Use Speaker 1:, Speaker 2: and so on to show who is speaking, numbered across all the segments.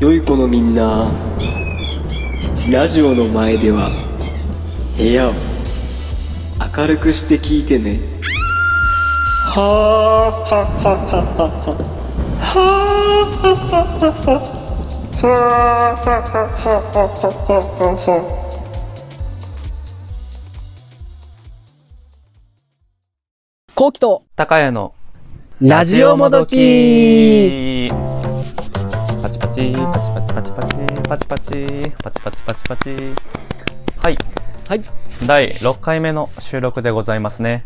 Speaker 1: 良い子のみんなラジオの前では部屋を明るくして聞いてねはあはははは
Speaker 2: 後期と
Speaker 3: 高谷の
Speaker 2: ラジオもどき
Speaker 3: パチパチパチパチパチパチパチパチパチパチパチパチはい
Speaker 2: はい
Speaker 3: 第6回目の収録でございますね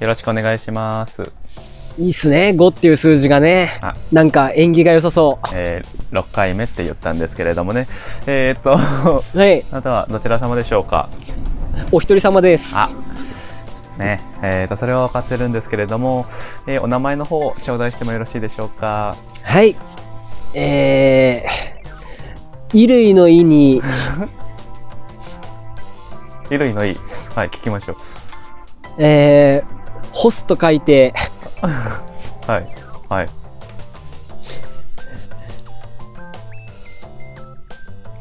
Speaker 3: よろしくお願いします
Speaker 2: いいっすね5っていう数字がね
Speaker 3: あ
Speaker 2: なんか縁起が良さそ
Speaker 3: えー、6回目って言ったんですけれどもねえー、っと
Speaker 2: うはい
Speaker 3: あなたはどちら様でしょうか
Speaker 2: お一人様です
Speaker 3: あねえー、とそれは分かってるんですけれども、えーお名前の方を頂戴してもよろしいでしょうか
Speaker 2: はいえー衣類の衣に
Speaker 3: 衣類のいいはい聞きましょう
Speaker 2: えー干すと書いて
Speaker 3: はいはい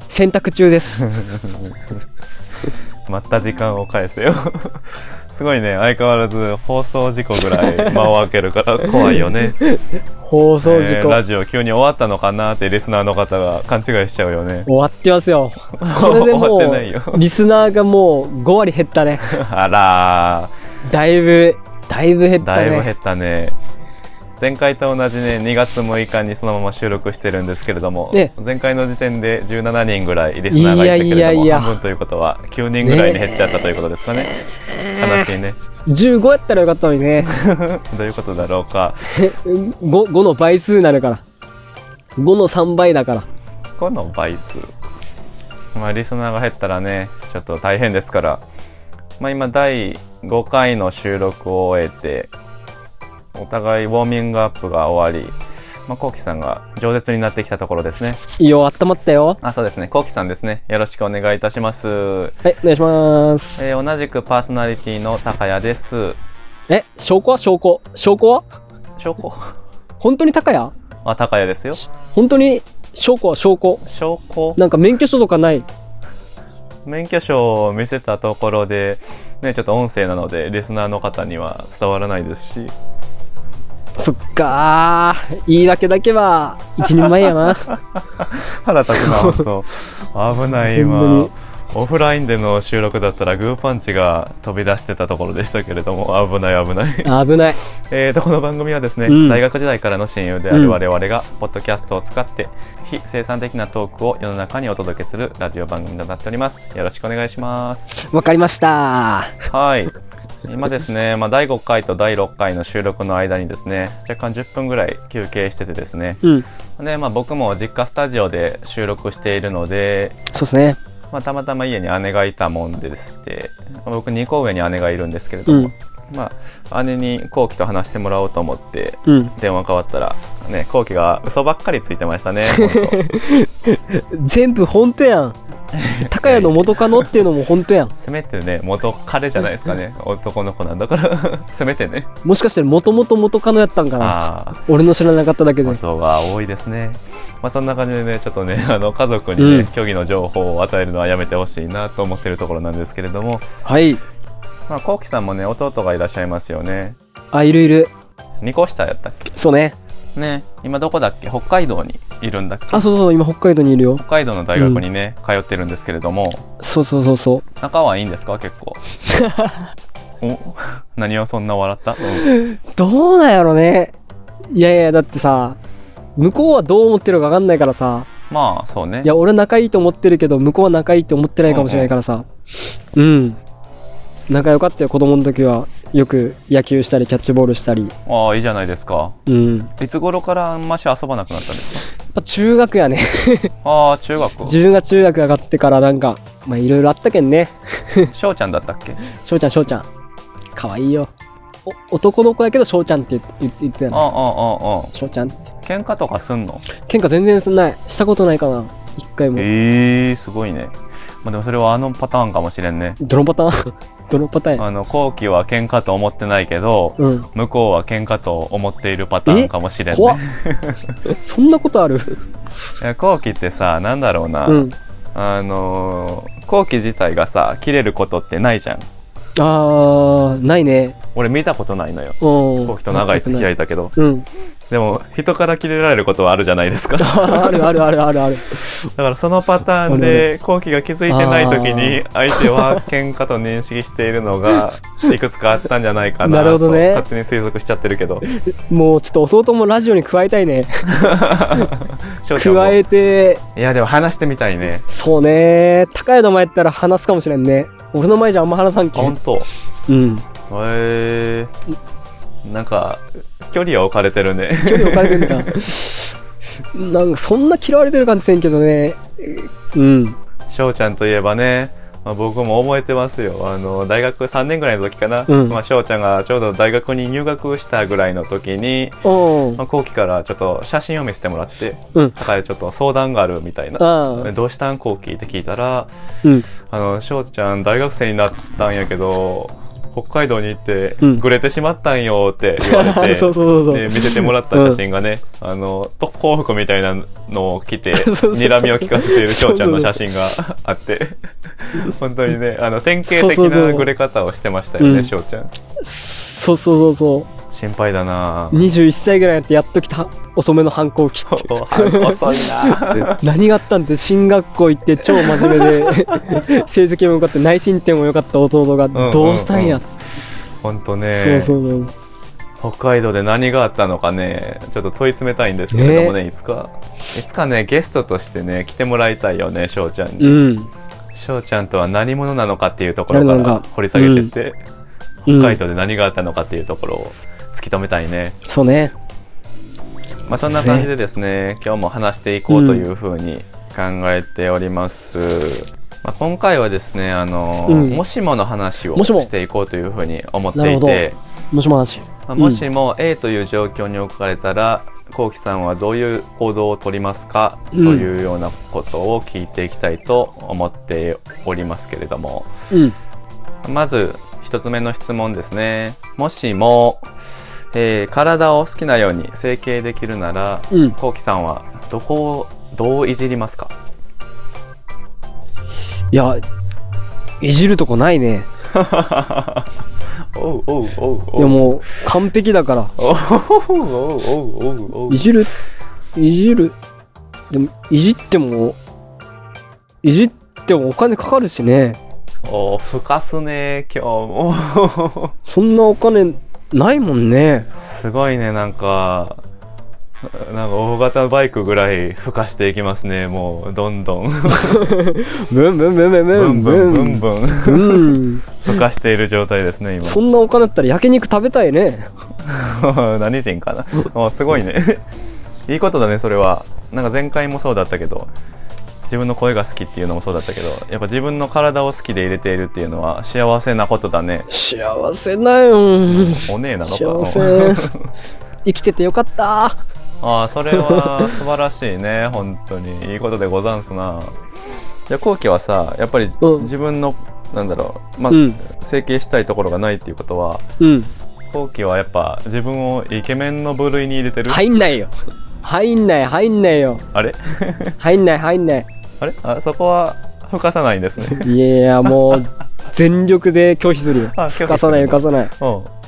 Speaker 2: 洗濯中です
Speaker 3: また時間を返せよすごいね相変わらず放送事故ぐらい間を空けるから怖いよね
Speaker 2: 放送事
Speaker 3: えー
Speaker 2: 故、
Speaker 3: ラジオ急に終わったのかなってリスナーの方が勘違いしちゃうよね
Speaker 2: 終わってますよこれでも
Speaker 3: 終わってないよ
Speaker 2: うリスナーがもう5割減ったね
Speaker 3: あら
Speaker 2: だいぶだいぶ減っ
Speaker 3: ー
Speaker 2: た
Speaker 3: だいぶ
Speaker 2: ね
Speaker 3: 減ったね前回と同じね2月6日にそのまま収録してるんですけれども、
Speaker 2: ね
Speaker 3: 前回の時点で17人ぐらいリスナーがいたけれども
Speaker 2: いやいやいや
Speaker 3: 半分ということは9人ぐらいに減っちゃったということですかね悲しいね
Speaker 2: 15やったらよかったのにね
Speaker 3: どういうことだろうか
Speaker 2: 5, 5の倍数になるから5の3倍だから
Speaker 3: この倍数まあリスナーが減ったらねちょっと大変ですからまあ今第5回の収録を終えてお互いウォーミングアップが終わりまあ、コウキさんが饒舌になってきたところですね。
Speaker 2: いいよ温まったよ
Speaker 3: あ、そうですね。コウキさんですね。よろしくお願いいたします。
Speaker 2: はいお願いします
Speaker 3: えー同じくパーソナリティの高谷です。
Speaker 2: え証拠は証拠証拠は
Speaker 3: 証拠
Speaker 2: 本当に高谷
Speaker 3: あ、高谷ですよ。
Speaker 2: 本当に証拠は証拠
Speaker 3: 証拠
Speaker 2: なんか免許証とかない
Speaker 3: 免許証を見せたところで、ね、ちょっと音声なので、リスナーの方には伝わらないですし、
Speaker 2: そっかー言い訳だけは一人前や な
Speaker 3: 腹立つな本当危ない
Speaker 2: 本
Speaker 3: 今オフラインでの収録だったらグーパンチが飛び出してたところでしたけれども危ない 危ない
Speaker 2: 危ない
Speaker 3: えーとこの番組はですね、
Speaker 2: うん
Speaker 3: 大学時代からの親友であ
Speaker 2: うん
Speaker 3: る我々が、ポッドキャストを使って非生産的なトークを世の中にお届けするラジオ番組となっておりますよろしくお願いします
Speaker 2: わかりました
Speaker 3: はい。今ですね、まあ、第5回と第6回の収録の間にですね、若干10分ぐらい休憩しててですね、
Speaker 2: うん
Speaker 3: で、まあ、僕も実家スタジオで収録しているので、
Speaker 2: そうですね
Speaker 3: まあ、たまたま家に姉がいたもんでして、まあ僕2個上に姉がいるんですけれども、まあ、姉に後期と話してもらおうと思って、
Speaker 2: うん
Speaker 3: 電話変わったら、ね、後期が嘘ばっかりついてまし たね、本当
Speaker 2: 全部本当やん高谷の元カノっていうのも本当やん
Speaker 3: せめてね、元彼じゃないですかね、男の子なんだから、 せめてね。
Speaker 2: もしかして元々元カノやったんかな
Speaker 3: あー
Speaker 2: 俺の知らなかっただけで
Speaker 3: ことが多いですね。まあそんな感じでね、ちょっとね、 あの家族にね、
Speaker 2: うん
Speaker 3: 虚偽の情報を与えるのはやめてほしいなと思ってるところなんですけれども、
Speaker 2: はい
Speaker 3: まあ、こうきさんもね、弟がいらっしゃいますよね。
Speaker 2: あいるいる
Speaker 3: 二個下やったっけ
Speaker 2: そうね
Speaker 3: ね、今どこだっけ北海道にいるんだっけ
Speaker 2: あそうそう今北海道にいるよ
Speaker 3: 北海道の大学にね、通ってるんですけれども、
Speaker 2: そうそうそうそう
Speaker 3: 仲はいいんですか結 構。お何をそんな笑った、うん
Speaker 2: どうなんやろねいやいやだってさ向こうはどう思ってるか分かんないからさ
Speaker 3: まあ、そうね
Speaker 2: い。や俺仲いいと思ってるけど向こうは仲いいと思ってないかもしれないからさうん仲良かったよ子供の時はよく野球したりキャッチボールしたり
Speaker 3: ああ、いいじゃないですか。
Speaker 2: うんやっ
Speaker 3: いつ頃からあんまし遊ばなくなったんです
Speaker 2: ぱ中学やね
Speaker 3: かああ、中学。
Speaker 2: 自分が中学上がってからなんかまあいろいろあったけんね
Speaker 3: 翔ちゃんだったっけ
Speaker 2: 翔ちゃん翔ちゃんかわいいよお男の子やけど翔ちゃんって言って言ってた
Speaker 3: あ
Speaker 2: の
Speaker 3: ああああ
Speaker 2: 翔ちゃんって
Speaker 3: 喧嘩とかすんの
Speaker 2: 喧嘩全然すんないしたことないかな一回も
Speaker 3: えー、すごいねまあ、でもそれはあのパターンかもしれんね
Speaker 2: どのパターン どのパターンや
Speaker 3: あの後期は喧嘩と思ってないけど、
Speaker 2: うん
Speaker 3: 向こうは喧嘩と思っているパターンかもしれん
Speaker 2: 怖っ
Speaker 3: ね
Speaker 2: そんなことある
Speaker 3: いや後期ってさなんだろうな、
Speaker 2: うん
Speaker 3: あのー後期自体がさ切れることってないじゃん
Speaker 2: あーないね
Speaker 3: 俺見たことないのよ
Speaker 2: うん
Speaker 3: 後期と長い付き合いだけど
Speaker 2: うん
Speaker 3: でも人から切れられることはあるじゃないですかだ
Speaker 2: あるあるあるあるある
Speaker 3: からそのパターンで後期が気づいてない時に相手は喧嘩と認識しているの がいくつかあったんじゃないか
Speaker 2: な
Speaker 3: な
Speaker 2: るほ
Speaker 3: と
Speaker 2: どね
Speaker 3: 勝手に推測しちゃってるけど
Speaker 2: もうちょっと弟もラジオに加えたいね
Speaker 3: 翔ちゃんも
Speaker 2: 加えて
Speaker 3: いやでも話してみたいね
Speaker 2: そうね高谷の前やったら話すかもしれんね俺の前じゃあんま話さんけ
Speaker 3: 本
Speaker 2: ん
Speaker 3: 当
Speaker 2: うん
Speaker 3: へえなんか距離は置かれて るね
Speaker 2: 距離置かれてんだなんかそんな嫌われてる感じせんけどねうん
Speaker 3: 翔ちゃんといえばね、まあ、僕も覚えてますよあの大学3年ぐらいの時かな、
Speaker 2: うん
Speaker 3: まあ、翔ちゃんがちょうど大学に入学したぐらいの時に、
Speaker 2: おう
Speaker 3: まあ、後期からちょっと写真を見せてもらって
Speaker 2: うん
Speaker 3: だからちょっと相談があるみたいな
Speaker 2: ああ
Speaker 3: どうしたん後期って聞いたら
Speaker 2: うん
Speaker 3: あの翔ちゃん大学生になったんやけど北海道に行って
Speaker 2: うん
Speaker 3: ぐれてしまったんよって言われて
Speaker 2: そうそうそうそう
Speaker 3: で見せてもらった写真がね、あの特攻服みたいなのを着て
Speaker 2: そうそうそう
Speaker 3: 睨みを利かせている翔ちゃんの写真があって 本当にねあの典型的
Speaker 2: そうそうそ
Speaker 3: な
Speaker 2: う
Speaker 3: ぐれ方をしてましたよ
Speaker 2: う
Speaker 3: ね
Speaker 2: ん
Speaker 3: 翔ちゃん
Speaker 2: そうそうそうそ
Speaker 3: 心配だな
Speaker 2: う21歳ぐらいやってやっときた遅めの反抗期って
Speaker 3: 遅いな
Speaker 2: 何があったんって進学校行って超真面目 で成績も良かった内申点も良かった弟が
Speaker 3: んうん
Speaker 2: どうしたんや、
Speaker 3: 本当ね
Speaker 2: そうそうそ
Speaker 3: 北海道で何があったのかねちょっと問い詰めたいんですけれどもねいつかいつかねゲストとしてね来てもらいたいよね翔ちゃん
Speaker 2: う
Speaker 3: に
Speaker 2: うん
Speaker 3: 翔ちゃんとは何者なのかっていうところか
Speaker 2: 誰な
Speaker 3: ら
Speaker 2: のか
Speaker 3: 掘り下げてって、
Speaker 2: うん
Speaker 3: 北海道で何があったのかっていうところを突き止めたいね、
Speaker 2: そうね
Speaker 3: まあ、そんな感じでですね今日も話していこうというふうに考えております、まあ、今回はですねあの、
Speaker 2: うん
Speaker 3: もしもの話を
Speaker 2: もしも
Speaker 3: していこうというふうに思っ
Speaker 2: な
Speaker 3: て
Speaker 2: る
Speaker 3: い
Speaker 2: ほど
Speaker 3: て、
Speaker 2: もしもし
Speaker 3: まあ、もしも A という状況に置かれたら、こうきさんはどういう行動をとりますかと
Speaker 2: うん
Speaker 3: いうようなことを聞いていきたいと思っておりますけれども、
Speaker 2: うん
Speaker 3: まず一つ目の質問ですね。もしも、えー体を好きなように整形できるなら、
Speaker 2: うん
Speaker 3: こうきさんはどこをどういじりますか
Speaker 2: いやいじるとこないね
Speaker 3: おうおうおうおう
Speaker 2: いやもう完璧だから
Speaker 3: おうおうおうおうおう
Speaker 2: いじるいじるでもいじってもいじってもお金かかるしね
Speaker 3: おふかすね今日も
Speaker 2: そんなお金ないもんね
Speaker 3: すごいねなんかなんか大型バイクぐらいふかしていきますねもうどんどん
Speaker 2: ブンブンブンブン
Speaker 3: ブ
Speaker 2: ブ
Speaker 3: ン
Speaker 2: ンブ
Speaker 3: ブンブン
Speaker 2: ン
Speaker 3: ブン
Speaker 2: うん
Speaker 3: ふかしている状態ですね
Speaker 2: そんなお金だったら焼肉食べたいね
Speaker 3: 今 何人かなあすごいねいいことだねそれはなんか前回もそうだったけど自分の声が好きっていうのもそうだったけどやっぱ自分の体を好きで入れているっていうのは幸せなことだね
Speaker 2: 幸せだよ
Speaker 3: おねえなのか
Speaker 2: 幸 せ生きててよかった
Speaker 3: ああそれは素晴らしいね本当にいいことでござんすなじゃあ後期はさやっぱり、
Speaker 2: うん
Speaker 3: 自分のなんだろうまあ、
Speaker 2: うん
Speaker 3: 整形したいところがないっていうことは
Speaker 2: うん
Speaker 3: 後期はやっぱ自分をイケメンの部類に入れてる、
Speaker 2: 入んないよ入んない入んないよ
Speaker 3: あれ
Speaker 2: 入んない入んない
Speaker 3: あれあそこはふかさないんですね
Speaker 2: いやいやもう全力で拒否するよ
Speaker 3: あ拒否す
Speaker 2: 浮
Speaker 3: る
Speaker 2: かさない浮かさない
Speaker 3: うん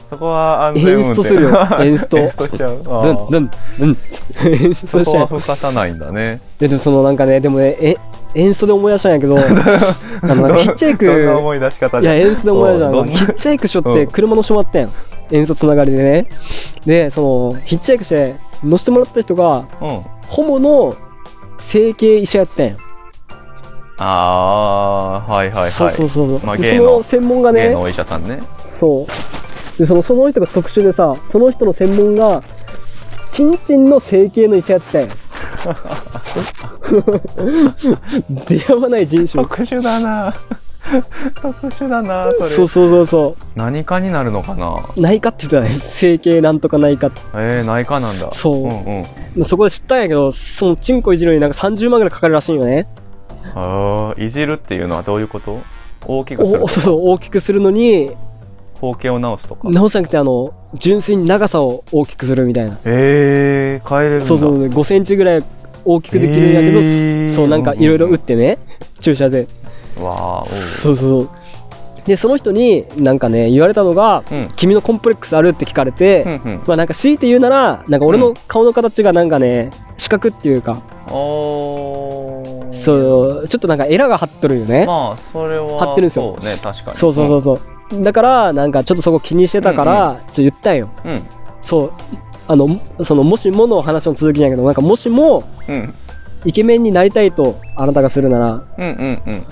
Speaker 3: そこは安全
Speaker 2: エ
Speaker 3: 運転
Speaker 2: ンストす るよエンスト
Speaker 3: しちゃうあ
Speaker 2: な
Speaker 3: ー
Speaker 2: んなんなん演
Speaker 3: そ
Speaker 2: 奏し
Speaker 3: こ
Speaker 2: ちゃ
Speaker 3: は
Speaker 2: う
Speaker 3: ふかさないんだね
Speaker 2: でもそのなんかねでもねえ演奏で思い出したんやけ どあのなんかヒッチハイク
Speaker 3: どんな思い出し方
Speaker 2: い
Speaker 3: じゃ
Speaker 2: や
Speaker 3: ん
Speaker 2: 演奏で思い出したんや
Speaker 3: ど
Speaker 2: け
Speaker 3: ん
Speaker 2: ど
Speaker 3: な
Speaker 2: ヒッチハイクしょっ
Speaker 3: う
Speaker 2: て
Speaker 3: ん
Speaker 2: 車乗してもらったやん演奏つながりでねでそのヒッチハイクして乗せてもらった人が
Speaker 3: うん
Speaker 2: ホモの整形医者やったんやん
Speaker 3: ああーはいはいはい
Speaker 2: そうそうそうそう、
Speaker 3: まあ
Speaker 2: で
Speaker 3: 芸
Speaker 2: そ
Speaker 3: の
Speaker 2: の専門が
Speaker 3: 芸
Speaker 2: ね
Speaker 3: のお医者さんね
Speaker 2: そうでそのその人が特殊でさその人の専門がチンチンの整形の医者や ったんや出会わない人種
Speaker 3: 特殊だな 特殊だなそれ
Speaker 2: そうそうそうそ
Speaker 3: 何かになるのかな
Speaker 2: う内科って言ってたね整形なんとか内科って
Speaker 3: えー、内科なんだ
Speaker 2: そうん
Speaker 3: うん、
Speaker 2: そこで知ったんやけどそのチンコいじるのになんか30万ぐらいかかるらしいよね
Speaker 3: ああいじるっていうのはどういうこと大きくする
Speaker 2: おそうそう大きくするのに
Speaker 3: 方形を直すとか
Speaker 2: 直さなくてあの純粋に長さを大きくするみたいな
Speaker 3: えー、変えれるんだ
Speaker 2: そうそう5センチぐらい大きくできるんやけど、
Speaker 3: えー
Speaker 2: そうなんかいろいろ打ってね、注射で
Speaker 3: わあおう
Speaker 2: そうそうそうでその人になんかね言われたのが
Speaker 3: うん
Speaker 2: 「君のコンプレックスある?」って聞かれて、
Speaker 3: うんうん
Speaker 2: まあなんか強いて言うならなんか俺
Speaker 3: う
Speaker 2: の
Speaker 3: ん
Speaker 2: 顔の形がなんかね四角っていうか、
Speaker 3: おー
Speaker 2: そうちょっとなんかエラが張っとるよね、
Speaker 3: まあそれは
Speaker 2: 張ってるんですよ
Speaker 3: そうね確かに
Speaker 2: そうそうそうそうだからなんかちょっとそこ気にしてたから、ちょっと言ったんよ
Speaker 3: うんうん
Speaker 2: そうあのそのもしもの話の続きなんやけどなんかもしも
Speaker 3: うん
Speaker 2: イケメンになりたいとあなたがするなら
Speaker 3: うんうんうん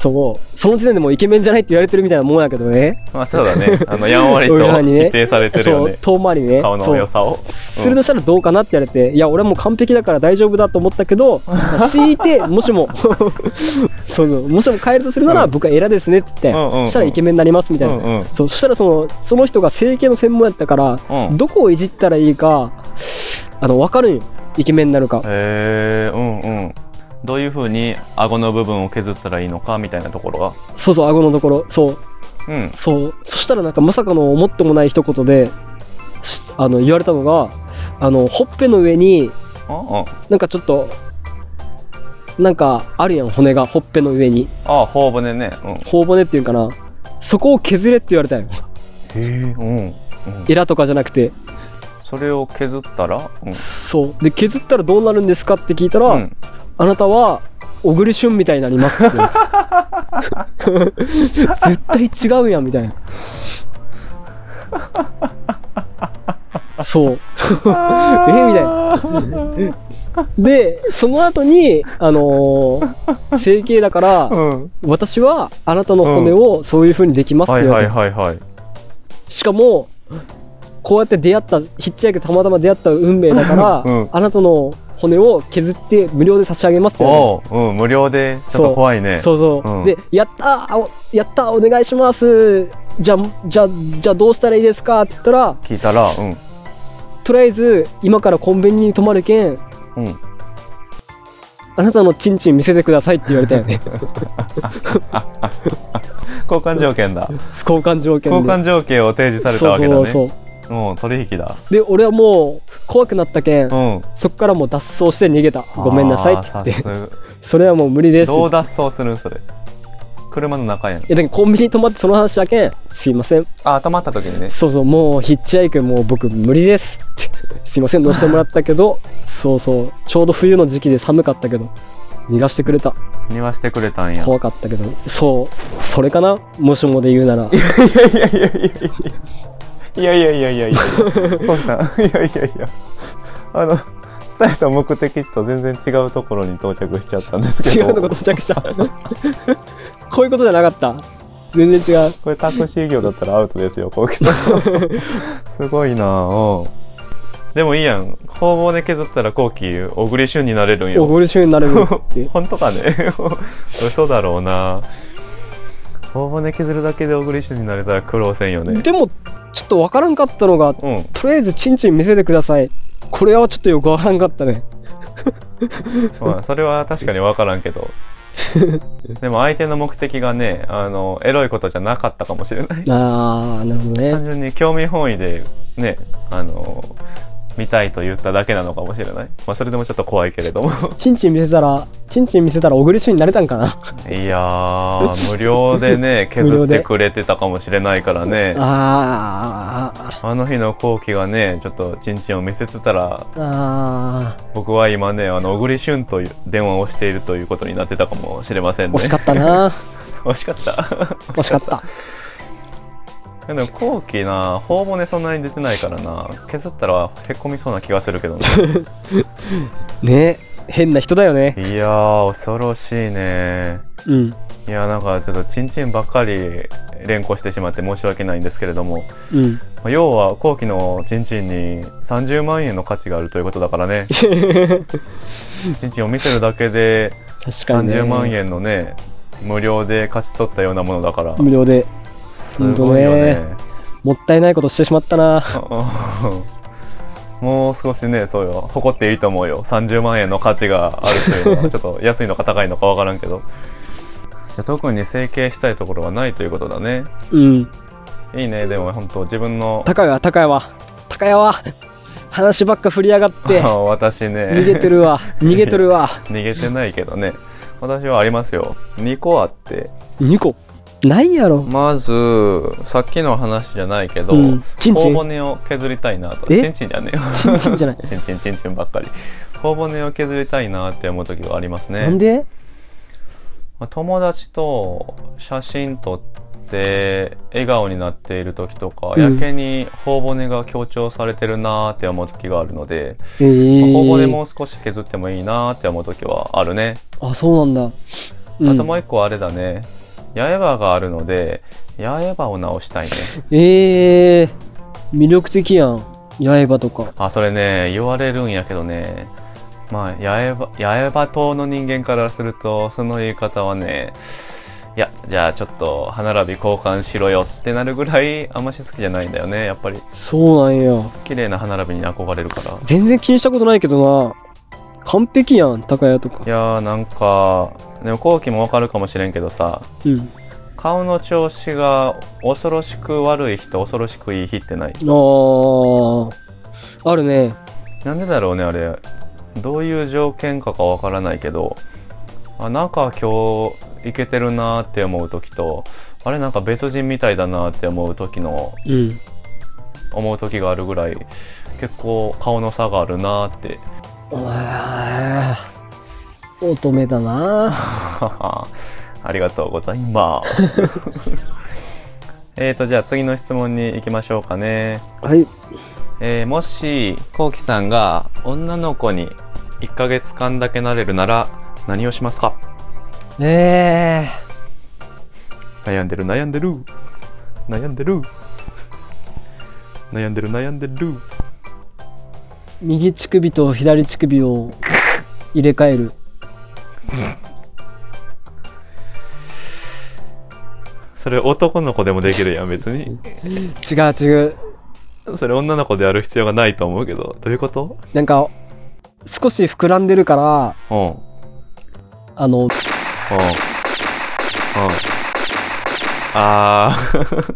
Speaker 2: そうその時点でもうイケメンじゃないって言われてるみたいなもんやけどね
Speaker 3: まあそう だねあのやんわりと
Speaker 2: 裏にね
Speaker 3: 否定されてるよ
Speaker 2: そう
Speaker 3: ね
Speaker 2: 遠回りね
Speaker 3: 顔の
Speaker 2: そう
Speaker 3: 良さを
Speaker 2: するとしたらどうかなって言われていや俺はもう完璧だから大丈夫だと思ったけ どまあ強いてもしも そのもしも変えるとするなら
Speaker 3: うん
Speaker 2: 僕はエラですねって言って、
Speaker 3: うんうんうん
Speaker 2: そしたらイケメンになりますみたいな、
Speaker 3: うんうん
Speaker 2: そうそしたらそのその人が整形の専門やったから、
Speaker 3: うん
Speaker 2: どこをいじったらいいかあの分かるんよイケメンになるか
Speaker 3: へえうんうんどういうふうに顎の部分を削ったらいいのかみたいなところは
Speaker 2: そうそう顎のところそう
Speaker 3: うん
Speaker 2: そうそしたらなんかまさかの思ってもない一言でしあの言われたのがあのほっぺの上に
Speaker 3: あ
Speaker 2: なんかちょっとなんかあるやん骨がほっぺの上に
Speaker 3: ああ頬骨ねうん
Speaker 2: 頬骨っていうんかなそこを削れって言われたよ
Speaker 3: へえうん、うん、
Speaker 2: エラとかじゃなくて
Speaker 3: それを削ったら、うん
Speaker 2: そうで削ったらどうなるんですかって聞いたら、
Speaker 3: うん
Speaker 2: あなたは小栗旬みたいになりますって絶対違うやんみたいなそうえみたいなでその後にあのー整形だから、
Speaker 3: うん、
Speaker 2: 私はあなたの骨をそういう風にできますっ
Speaker 3: は
Speaker 2: て
Speaker 3: い
Speaker 2: 言わ
Speaker 3: は
Speaker 2: れ
Speaker 3: い
Speaker 2: て
Speaker 3: はいはい
Speaker 2: しかもこうやって出会ったヒッチハイクたまたま出会った運命だから、
Speaker 3: うん
Speaker 2: あなたの骨を削って無料で差し上げますって言われて
Speaker 3: おう、うん、無料でちょっと怖いね
Speaker 2: そうそう、
Speaker 3: うん
Speaker 2: でやったーあおやったーお願いしますじゃあじゃあじゃあどうしたらいいですかって言ったら
Speaker 3: 聞いたらうん
Speaker 2: とりあえず今からコンビニに泊まるけん
Speaker 3: うん
Speaker 2: あなたのチンチン見せてくださいって言われたよ ね
Speaker 3: 交換条件だ
Speaker 2: 交換条件で
Speaker 3: 交換条件を提示されたわけだね
Speaker 2: そ
Speaker 3: も
Speaker 2: う
Speaker 3: う
Speaker 2: そうそう
Speaker 3: 取引だ
Speaker 2: で俺はもう怖くなったけん、
Speaker 3: うん
Speaker 2: そこからもう脱走して逃げたごめんなさいって言っ
Speaker 3: あー
Speaker 2: て
Speaker 3: さ
Speaker 2: それはもう無理ですす
Speaker 3: どう脱走するんそれ車の中やん
Speaker 2: いやだけどコンビニ泊まってその話だけんすいません
Speaker 3: あ止まった時にね
Speaker 2: そうそうもうヒッチハイクもう僕無理ですって すいません乗せてもらったけどそうそうちょうど冬の時期で寒かったけど逃がしてくれた
Speaker 3: 逃がしてくれたんや
Speaker 2: 怖かったけどそうそれかなもしもで言うなら
Speaker 3: いやいやいやいやいやいやいやいやいやいやコウさんいやいやいやあの伝えた目的地と全然違うところに到着しちゃったんですけ
Speaker 2: 違
Speaker 3: ど
Speaker 2: うとこ到着しちゃ うこういうことじゃなかった全然違う
Speaker 3: これタクシー業だったらアウトですよ、コウキさん。すごいなぁ。うんでもいいやん。工房で削ったらコウキ、小栗旬になれるん
Speaker 2: お
Speaker 3: よ。
Speaker 2: ごるしゅになれるっていう
Speaker 3: 本当かね嘘だろうな頬骨削るだけで小栗旬になれたら苦労せんよ ね
Speaker 2: でもちょっとわからんかったのが
Speaker 3: うん
Speaker 2: とりあえずチンチン見せてくださいこれはちょっとよくわからんかったね
Speaker 3: まあそれは確かに分からんけ どでも相手の目的がねあのエロいことじゃなかったかもしれない
Speaker 2: ああなるほど
Speaker 3: 単
Speaker 2: ね
Speaker 3: 純に興味本位でねあの見たいと言っただけなのかもしれない、まあ、それでもちょっと怖いけれ ども
Speaker 2: チンチン見せたらチンチン見せたら小栗旬になれたんかない
Speaker 3: やー無料で ね
Speaker 2: 無
Speaker 3: 削
Speaker 2: 料
Speaker 3: っ
Speaker 2: で
Speaker 3: てくれてたかもしれないからね
Speaker 2: あー
Speaker 3: あの日の後期がねちょっとチンチンを見せてたら
Speaker 2: あ
Speaker 3: 僕は今ねあの小栗旬という電話をしているということになってたかもしれませ
Speaker 2: ー
Speaker 3: んね
Speaker 2: 惜しかったな
Speaker 3: 惜しかった
Speaker 2: 惜しかった
Speaker 3: でも後期な頬骨そんなに出てないからな削ったらへこみそうな気がするけどね
Speaker 2: ね変な人だよね
Speaker 3: いやー恐ろしいね
Speaker 2: うん
Speaker 3: いやなんかちょっとチンチンばっかり連呼してしまって申し訳ないんですけれども
Speaker 2: うん
Speaker 3: まあ要は後期のチンチンに30万円の価値があるということだから ねチンチンを見せるだけで
Speaker 2: 確かに、ね、
Speaker 3: 30万円のね無料で勝ち取ったようなものだから
Speaker 2: 無料です
Speaker 3: ごいよね
Speaker 2: もったいないことしてしまったな
Speaker 3: うん もう少しね、そうよ、誇っていいと思うよ。30万円の価値があるというのは、ちょっと安いのか高いのかわからんけど。じゃあ特に整形したいところはないということだね。
Speaker 2: うん。
Speaker 3: いいね、でも本当自分の、
Speaker 2: 高いわ、高いわ。高いわ。話ばっか振り上がって、
Speaker 3: 私ね、
Speaker 2: 逃げてるわ。逃げてる わ。
Speaker 3: 逃げてないけどね。私はありますよ。2個あって。
Speaker 2: 2個。ないやろ。
Speaker 3: まず、さっきの話じゃないけど、
Speaker 2: うんチンチン
Speaker 3: 頬骨を削りたいなと。
Speaker 2: え
Speaker 3: チンチンじゃねえよ。
Speaker 2: チンチンじゃない。
Speaker 3: チンチンチンチンばっかり。頬骨を削りたいなって思う時がありますね。
Speaker 2: なんで
Speaker 3: まあ友達と写真撮って笑顔になっている時とか、
Speaker 2: うん
Speaker 3: やけに頬骨が強調されてるなーって思う時があるので、
Speaker 2: えー
Speaker 3: まあ頬骨もう少し削ってもいいなーって思う時はあるね。
Speaker 2: あ、そうなんだ。う
Speaker 3: あ
Speaker 2: ん
Speaker 3: ともう一個あれだね。八重歯があるので、八重歯を直したいね。
Speaker 2: えー、魅力的やん。刃とか。
Speaker 3: あ、それね、言われるんやけどね。まあ、八重歯、八重歯党の人間からすると、その言い方はね、いや、じゃあちょっと歯並び交換しろよってなるぐらい、あんまし好きじゃないんだよね。やっぱり、
Speaker 2: そうなんや。
Speaker 3: 綺麗な歯並びに憧れるから。い
Speaker 2: 全然気にしたことないけどな。完璧やん、高屋とか。
Speaker 3: やー、なんか、でも、後期もわかるかもしれんけどさ、
Speaker 2: うん。
Speaker 3: 顔の調子が恐ろしく悪い日と恐ろしくいい日ってない。
Speaker 2: あー、あるね。
Speaker 3: なんでだろうねあれどういう条件かかわからないけどあなんか今日いけてるなーって思う時とあれなんか別人みたいだなーって思う時の
Speaker 2: うん。
Speaker 3: 思う時があるぐらい結構顔の差があるなーって
Speaker 2: あー乙女だな。
Speaker 3: ありがとうございます えーとじゃあ次の質問に行きましょうかね
Speaker 2: はい。
Speaker 3: えーもしこうきさんが女の子に1ヶ月間だけなれるなら何をしますか
Speaker 2: えー。
Speaker 3: 悩んでる悩んでる悩んでる悩んでる悩んでる
Speaker 2: 右乳首と左乳首を入れ替える
Speaker 3: それ男の子でもできるやん別に
Speaker 2: 違う違う
Speaker 3: それ女の子でやる必要がないと思うけどどういうこと
Speaker 2: なんか少し膨らんでるから
Speaker 3: うんうんうん
Speaker 2: あの
Speaker 3: あー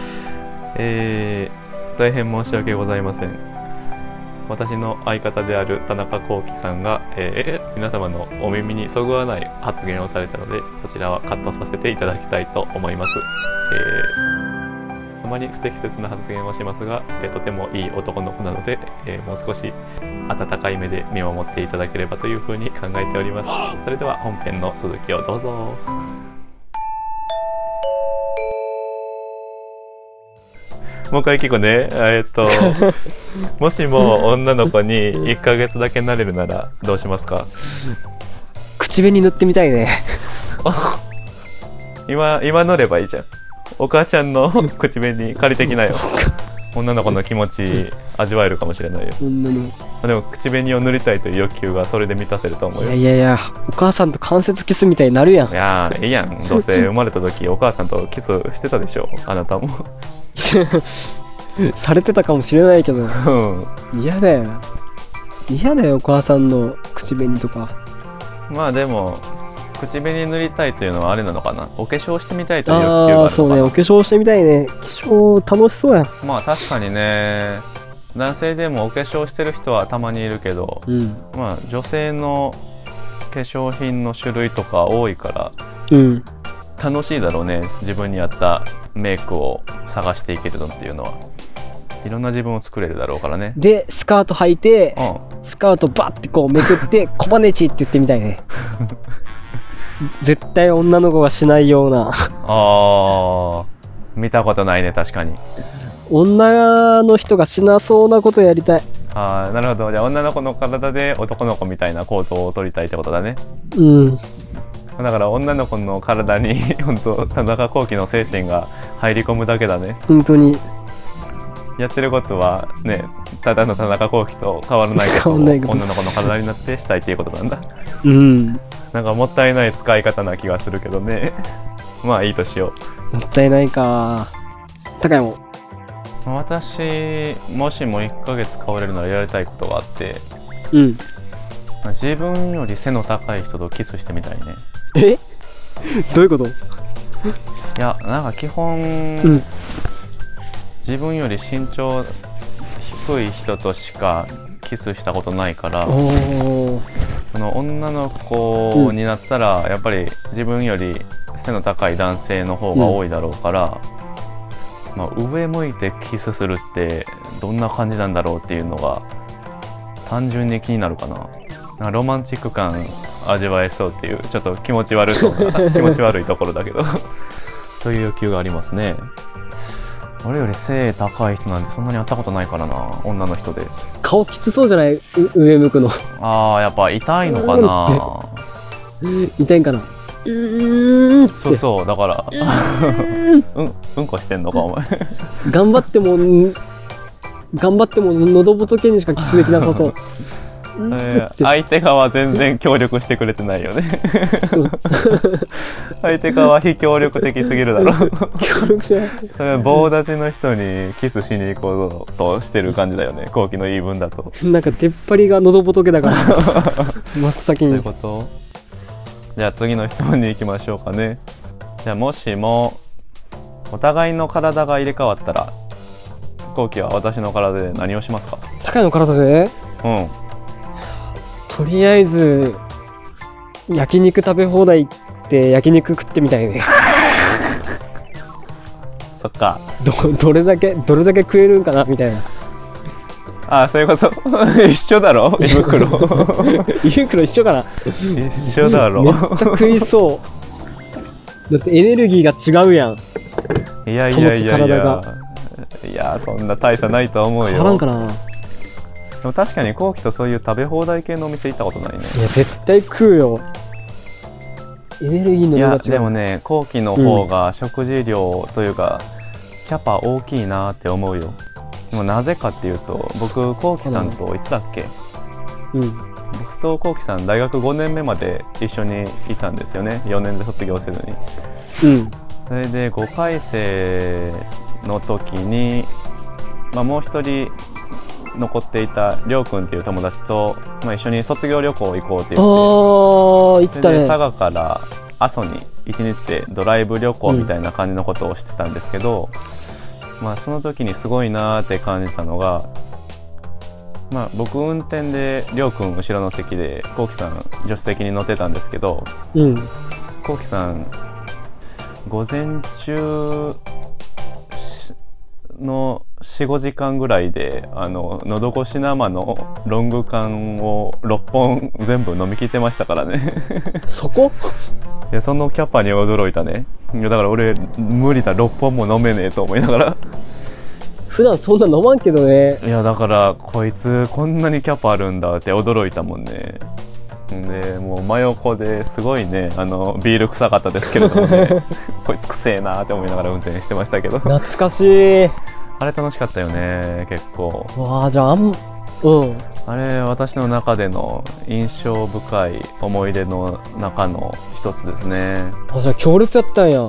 Speaker 3: えー、大変申し訳ございません私の相方である田中幸喜さんが、えー皆様のお耳にそぐわない発言をされたのでこちらはカットさせていただきたいと思います、えーあまり不適切な発言をしますが、えーとてもいい男の子なので、えーもう少し温かい目で見守っていただければというふうに考えておりますそれでは本編の続きをどうぞもう一回聞くねえーっともしも女の子に1ヶ月だけなれるならどうしますか
Speaker 2: 口紅塗ってみたいね
Speaker 3: 今今乗ればいいじゃんお母ちゃんの 口紅に借りてきなよ女の子の気持ち味わえるかもしれないよ
Speaker 2: 女の
Speaker 3: でも口紅を塗りたいという欲求がそれで満たせると思う
Speaker 2: い
Speaker 3: よ
Speaker 2: やいやいやお母さんと関節キスみたいになるやん
Speaker 3: いやーいい やんどうせ生まれた時お母さんとキスしてたでしょあなたも
Speaker 2: されてたかもしれないけど
Speaker 3: うん
Speaker 2: 嫌だよ嫌だよお母さんの口紅とか
Speaker 3: まあでも口紅塗りたいというのはあれなのかなお化粧してみたいという欲
Speaker 2: あ
Speaker 3: 求が
Speaker 2: あ
Speaker 3: あ
Speaker 2: ー
Speaker 3: るの
Speaker 2: そう
Speaker 3: か
Speaker 2: ね
Speaker 3: な
Speaker 2: お化粧してみたいね化粧楽しそうやん
Speaker 3: まあ確かにね男性でもお化粧してる人はたまにいるけど
Speaker 2: うん
Speaker 3: まあ女性の化粧品の種類とか多いから
Speaker 2: うん
Speaker 3: 楽しいだろうね自分に合ったメイクを探していけるのっていうのはいろんな自分を作れるだろうからね
Speaker 2: でスカート履いて
Speaker 3: うん
Speaker 2: スカートバッてこうめくって「コマネチ」って言ってみたいね絶対女の子がしないような
Speaker 3: あー見たことないね確かに
Speaker 2: 女の人がしなそうなことやりたい
Speaker 3: ああなるほどじゃあ女の子の体で男の子みたいな行動を取りたいってことだね
Speaker 2: うん
Speaker 3: だから女の子の体に 本当田中幸喜の精神が入り込むだけだね
Speaker 2: 本当に
Speaker 3: やってることはねただの田中幸喜と変わらないこと
Speaker 2: 変
Speaker 3: を
Speaker 2: わらないこと
Speaker 3: 女の子の体になってしたいっていうことなんだ
Speaker 2: うんも
Speaker 3: なんかもったい ない使い方な気がするけどねまあいいとしよ
Speaker 2: ったいないか高山。
Speaker 3: 私もしも1ヶ月変われるならやりたいことがあって
Speaker 2: うん。
Speaker 3: まあ自分より背の高い人とキスしてみたいね
Speaker 2: え どういうこと
Speaker 3: いやなんか基本、
Speaker 2: うん。
Speaker 3: 自分より身長低い人としかキスしたことないから
Speaker 2: おー。
Speaker 3: その女の子になったらやっぱり自分より背の高い男性の方が多いだろうから、まあ、上向いてキスするってどんな感じなんだろうっていうのが単純に気になるかななんかロマンチック感味わえそうっていうちょっと気持ち悪そうな気持ち悪いところだけどそういう欲求がありますね俺より背高い人なんてそんなに会ったことないからな女の人で
Speaker 2: 顔きつそうじゃないう上向くの。
Speaker 3: ああやっぱ痛いのかな
Speaker 2: 痛いんかなうーんって
Speaker 3: そうそうだからうんうんこしてんのかお前
Speaker 2: 頑張ってもん頑張っても喉仏にしかキスできなさそう う
Speaker 3: そ
Speaker 2: ーん
Speaker 3: れ
Speaker 2: って
Speaker 3: 相手側全然協力してくれてないよね
Speaker 2: ちょっと
Speaker 3: 相手側非協力的すぎるだろ
Speaker 2: 協力しない
Speaker 3: それ棒立ちの人にキスしに行こうとしてる感じだよね後期の言い分だと
Speaker 2: なんか出っ張りが喉仏 だから真っ先
Speaker 3: そうい
Speaker 2: に
Speaker 3: うことじゃあ次の質問に行きましょうかねじゃあもしもお互いの体が入れ替わったら後期は私の体で何をしますか
Speaker 2: 高いの体で
Speaker 3: うん
Speaker 2: とりあえず焼肉食べ放題行って焼肉食ってみたいね
Speaker 3: そっか
Speaker 2: ど どれだけどれだけ食えるんかなみたいな
Speaker 3: ああそういうこと 一緒だろ胃袋
Speaker 2: ユうくの一緒かな
Speaker 3: 一緒だろ
Speaker 2: めっちゃ食いそうだってエネルギーが違うやん
Speaker 3: いやいやいやい
Speaker 2: 保つ体
Speaker 3: や
Speaker 2: が
Speaker 3: いやそんな大差ないと思う
Speaker 2: 変わら
Speaker 3: よ
Speaker 2: んかな
Speaker 3: でも確かに後期とそういう食べ放題系のお店行ったことないね
Speaker 2: いや絶対食うよエネルギーの
Speaker 3: い
Speaker 2: 量
Speaker 3: や
Speaker 2: が違う
Speaker 3: でもね後期の方が食事量というか、キャパ大きいなって思うよでもなぜかっていうと僕後期さんといつだっけ
Speaker 2: うん
Speaker 3: 僕と後期さん大学5年目まで一緒にいたんですよね4年で卒業せずに
Speaker 2: うん
Speaker 3: それで5回生の時に、まあ、もう一人残っていたりょうくんっていう友達と、まあ、一緒に卒業旅行行こうって
Speaker 2: ああ
Speaker 3: 言
Speaker 2: 行っ
Speaker 3: ってそれ
Speaker 2: た
Speaker 3: で
Speaker 2: ね
Speaker 3: 佐賀から阿蘇に1日でドライブ旅行みたいな感じのことをしてたんですけど、まあ、その時にすごいなーって感じたのが、まあ、僕運転でりょうくん後ろの席でこうきさん助手席に乗ってたんですけど
Speaker 2: うん
Speaker 3: こうきさん午前中しの45時間ぐらいであの喉越し生のロング缶を6本全部飲み切ってましたからね
Speaker 2: そこ
Speaker 3: でそのキャパに驚いたねいやだから俺無理だ6本も飲めねえと思いながら
Speaker 2: 普段そんな飲まんけどね
Speaker 3: いやだからこいつこんなにキャパあるんだって驚いたもんねでもう真横ですごいねあのビール臭かったですけれどもねこいつくせえなって思いながら運転してましたけど
Speaker 2: 懐かしい
Speaker 3: あれ楽しかったよね結構
Speaker 2: わあじゃああんうん
Speaker 3: あれ私の中での印象深い思い出の中の一つですね
Speaker 2: あじゃあ強烈やったんや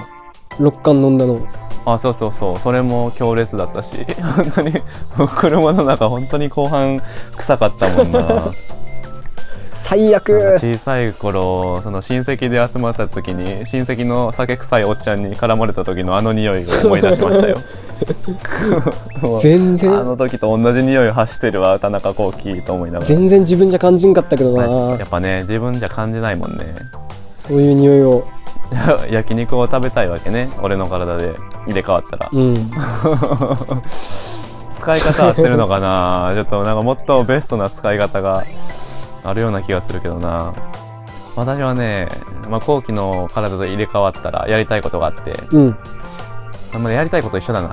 Speaker 2: 六缶飲んだの
Speaker 3: あそうそうそうそれも強烈だったし 本当にもう車の中本当に後半臭かったもんな
Speaker 2: 最
Speaker 3: なん
Speaker 2: 悪
Speaker 3: か小さい頃その親戚で集まった時に親戚の酒臭いおっちゃんに絡まれた時のあの匂いを思い出し ましたよもう
Speaker 2: 全
Speaker 3: あ
Speaker 2: 然
Speaker 3: の時と同じ匂いを発してるわ田中幸喜と思いながら
Speaker 2: 全然自分じゃ感じんかったけど
Speaker 3: はい
Speaker 2: な
Speaker 3: やっぱね自分じゃ感じないもんね
Speaker 2: そういう匂いを
Speaker 3: 焼肉を食べたいわけね俺の体で入れ替わったら
Speaker 2: うん
Speaker 3: 使い方合ってるのかな ちょっとなんかもっとベストな使い方があるような気がするけどな私はね、まあ、後期の体と入れ替わったらやりたいことがあって、
Speaker 2: うん
Speaker 3: あんまりやりたいこと一緒だな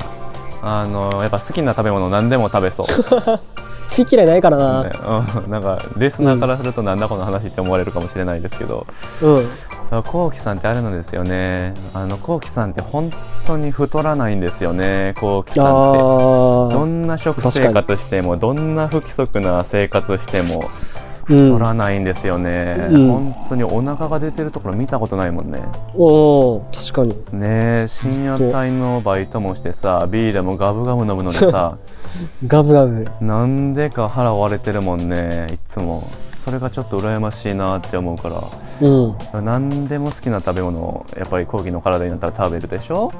Speaker 3: あのやっぱ好きな食べ物何でも食 べそう、
Speaker 2: 好き嫌いないからな
Speaker 3: うん、なんかリスナーからするとなんだこの話って思われるかもしれないですけど
Speaker 2: うん
Speaker 3: こうきさんってあれなんですよねあのこうきさんって本当に太らないんですよねこうきさんって。
Speaker 2: あ
Speaker 3: ど
Speaker 2: あ
Speaker 3: んな食生活してもどんな不規則な生活しても
Speaker 2: うん
Speaker 3: 取らないんですよね、
Speaker 2: うん
Speaker 3: 本当にお腹が出てるところ見たことないもんね
Speaker 2: おー確かに
Speaker 3: ねえ深夜帯のバイトもしてさビールもガブガブ飲むのでさ
Speaker 2: ガブガブ
Speaker 3: なんでか腹割れてるもんねいつもそれがちょっと羨ましいなって思うから
Speaker 2: うん
Speaker 3: 何でも好きな食べ物をやっぱり後期の体になったら食べるでしょ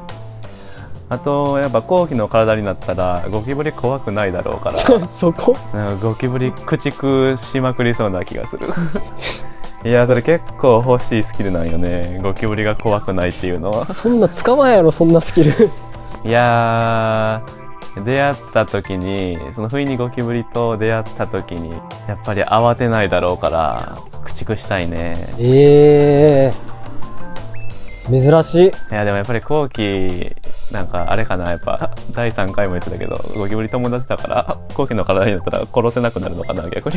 Speaker 3: あとやっぱ後期の体になったらゴキブリ怖くないだろうから
Speaker 2: そこ
Speaker 3: なんかゴキブリ駆逐しまくりそうな気がするいやそれ結構欲しいスキルなんよねゴキブリが怖くないっていうのは
Speaker 2: そんな使わんやろそんなスキル
Speaker 3: いやー出会った時にその不意にゴキブリと出会った時にやっぱり慌てないだろうから駆逐したいね
Speaker 2: ええ珍しい
Speaker 3: いやでもやっぱり後期なんかあれかなやっぱ第3回も言ってたけどゴキブリ友達だから後期の体になったら殺せなくなるのかな逆に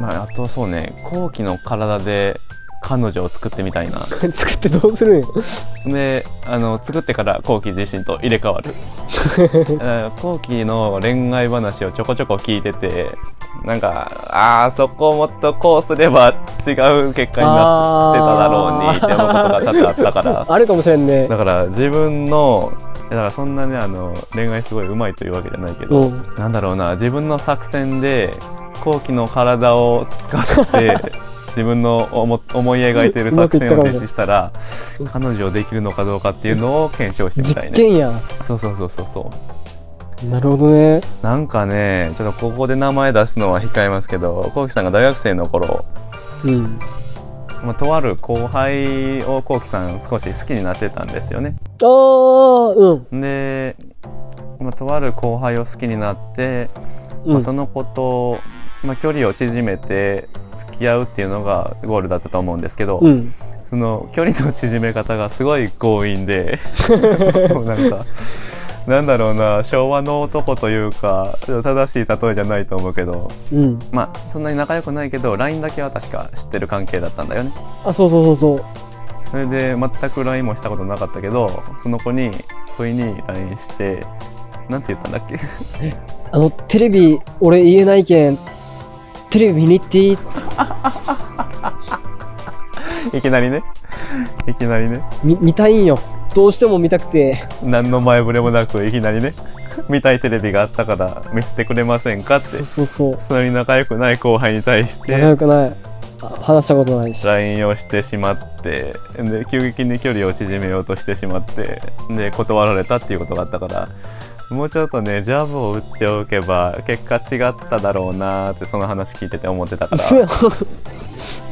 Speaker 3: まああとそうね後期の体で彼女を作ってみたいな
Speaker 2: 作ってどうするんよ
Speaker 3: であの作ってから後期自身と入れ替わるだから後期の恋愛話をちょこちょこ聞いててなんかああそこをもっとこうすれば違う結果になってただろうにって思うことが多々あったから
Speaker 2: あるかもしれんね
Speaker 3: だから自分のいやだからそんなねあの恋愛すごい上手いというわけじゃないけど、
Speaker 2: うん
Speaker 3: なんだろうな自分の作戦で後期の体を使って 自分の思思い描いている作戦を実施したら彼女できるのかどうかっていうのを検証してみたい
Speaker 2: 実
Speaker 3: ね
Speaker 2: 験や
Speaker 3: そうそうそうそうそう
Speaker 2: なるほどね
Speaker 3: なんかねちょっとここで名前出すのは控えますけど後期さんが大学生の頃、
Speaker 2: うん
Speaker 3: まあ、とある後輩を後期さん少し好きになってたんですよね
Speaker 2: ああうん
Speaker 3: で、まあ、とある後輩を好きになって、
Speaker 2: う
Speaker 3: ま
Speaker 2: ん
Speaker 3: あ、その子と、まあ、距離を縮めて付き合うっていうのがゴールだったと思うんですけど、
Speaker 2: うん
Speaker 3: その距離の縮め方がすごい強 引でもうなんか。なんだろうな昭和の男というかちょっと正しい例えじゃないと思うけど
Speaker 2: うん
Speaker 3: まあそんなに仲良くないけど LINE だけは確か知ってる関係だったんだよね
Speaker 2: あそうそうそうそう
Speaker 3: それで全く LINE もしたことなかったけどその子に不意に LINE してなんて言ったんだっけ
Speaker 2: あのテレビ俺言えないけんテレビ見に行っていい
Speaker 3: いきなりねいきなりね
Speaker 2: み見たいんよどうしても見たくて
Speaker 3: 何の前触れもなくいきなりね見たいテレビがあったから見せてくれませんかって
Speaker 2: そうそう そう
Speaker 3: そんなに仲良くない後輩に対し
Speaker 2: 仲
Speaker 3: て
Speaker 2: 良くないあ話したことないし
Speaker 3: LINE をしてしまってで急激に距離を縮めようとしてしまってで断られたっていうことがあったからもうちょっとねジャブを打っておけば結果違っただろうなーってその話聞いてて思って たから
Speaker 2: 嘘やん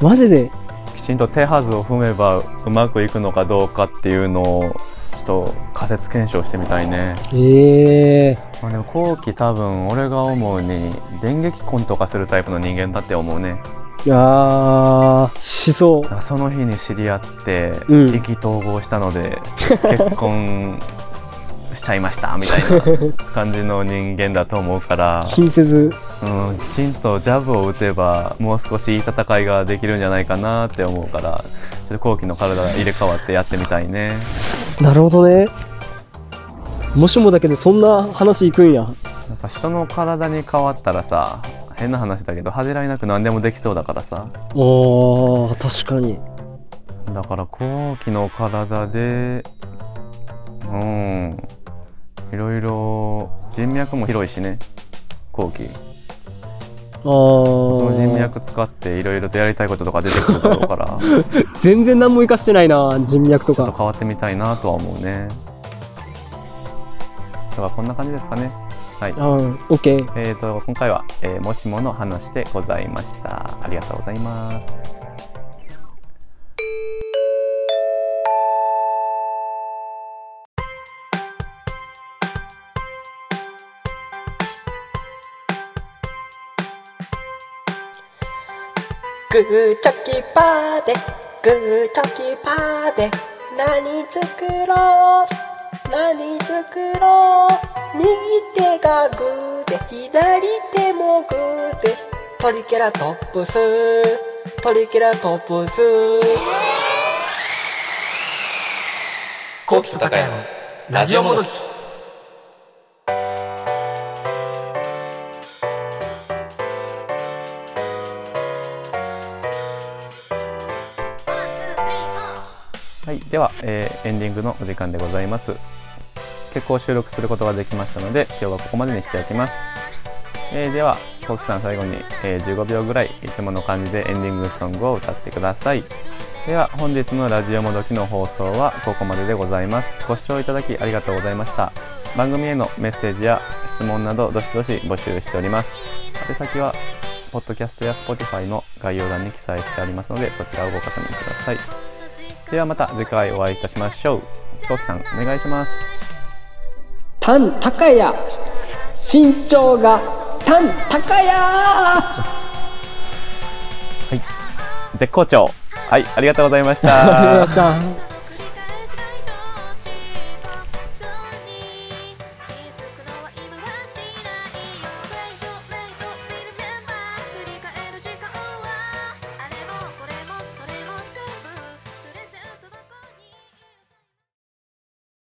Speaker 2: マジで
Speaker 3: きちんと手はずを踏めばうまくいくのかどうかっていうのをちょっと仮説検証してみたいね、
Speaker 2: ええ
Speaker 3: まあ、でも後期多分俺が思うに電撃婚とかするタイプの人間だって思うね
Speaker 2: いやーしそう
Speaker 3: なんかその日に知り合って
Speaker 2: うん
Speaker 3: 意気投合したの で、結婚しちゃいましたみたいな感じの人間だと思うから、
Speaker 2: 気にせず
Speaker 3: うん、きちんとジャブを打てばもう少しいい戦いができるんじゃないかなって思うからちょっと後期の体入れ替わってやってみたいね。
Speaker 2: なるほどねもしもだけでそんな話いくんや
Speaker 3: やっぱ人の体に変わったらさ変な話だけど恥じらいなく何でもできそうだからさ
Speaker 2: おー確かに
Speaker 3: だから後期の体でうんいろいろ人脈も広いしね後期
Speaker 2: あ
Speaker 3: その人
Speaker 2: ー
Speaker 3: 脈使っていろいろとやりたいこととか出てくるだろうからちょっ
Speaker 2: 全然何も生かしてないな人脈と
Speaker 3: と
Speaker 2: か
Speaker 3: 変わってみたいなとは思うね今日はこんな感じですかねはい
Speaker 2: うんオッケー
Speaker 3: えー、と今回は、えーもしもの話でございましたありがとうございます
Speaker 4: グーチョキパーで、グーチョキパーで、何作ろう何作ろう右手がグーで、左手もグーで、トリケラトップス、トリケラトップス。
Speaker 5: 高木と高山のラジオもどき
Speaker 3: では、えーエンディングのお時間でございます結構収録することができましたので今日はここまでにしておきます、えーではコキさん最後に、えー15秒ぐらいいつもの感じでエンディングソングを歌ってくださいでは本日のラジオもどきの放送はここまででございますご視聴いただきありがとうございました番組へのメッセージや質問などどしどし募集しております宛先はポッドキャストや Spotify の概要欄に記載してありますのでそちらをご確認くださいではまた次回お会いいたしましょう飛行機さんお願いします
Speaker 2: タン高屋身長がタン高屋
Speaker 3: 絶好調はいありがとうございました
Speaker 2: お願いします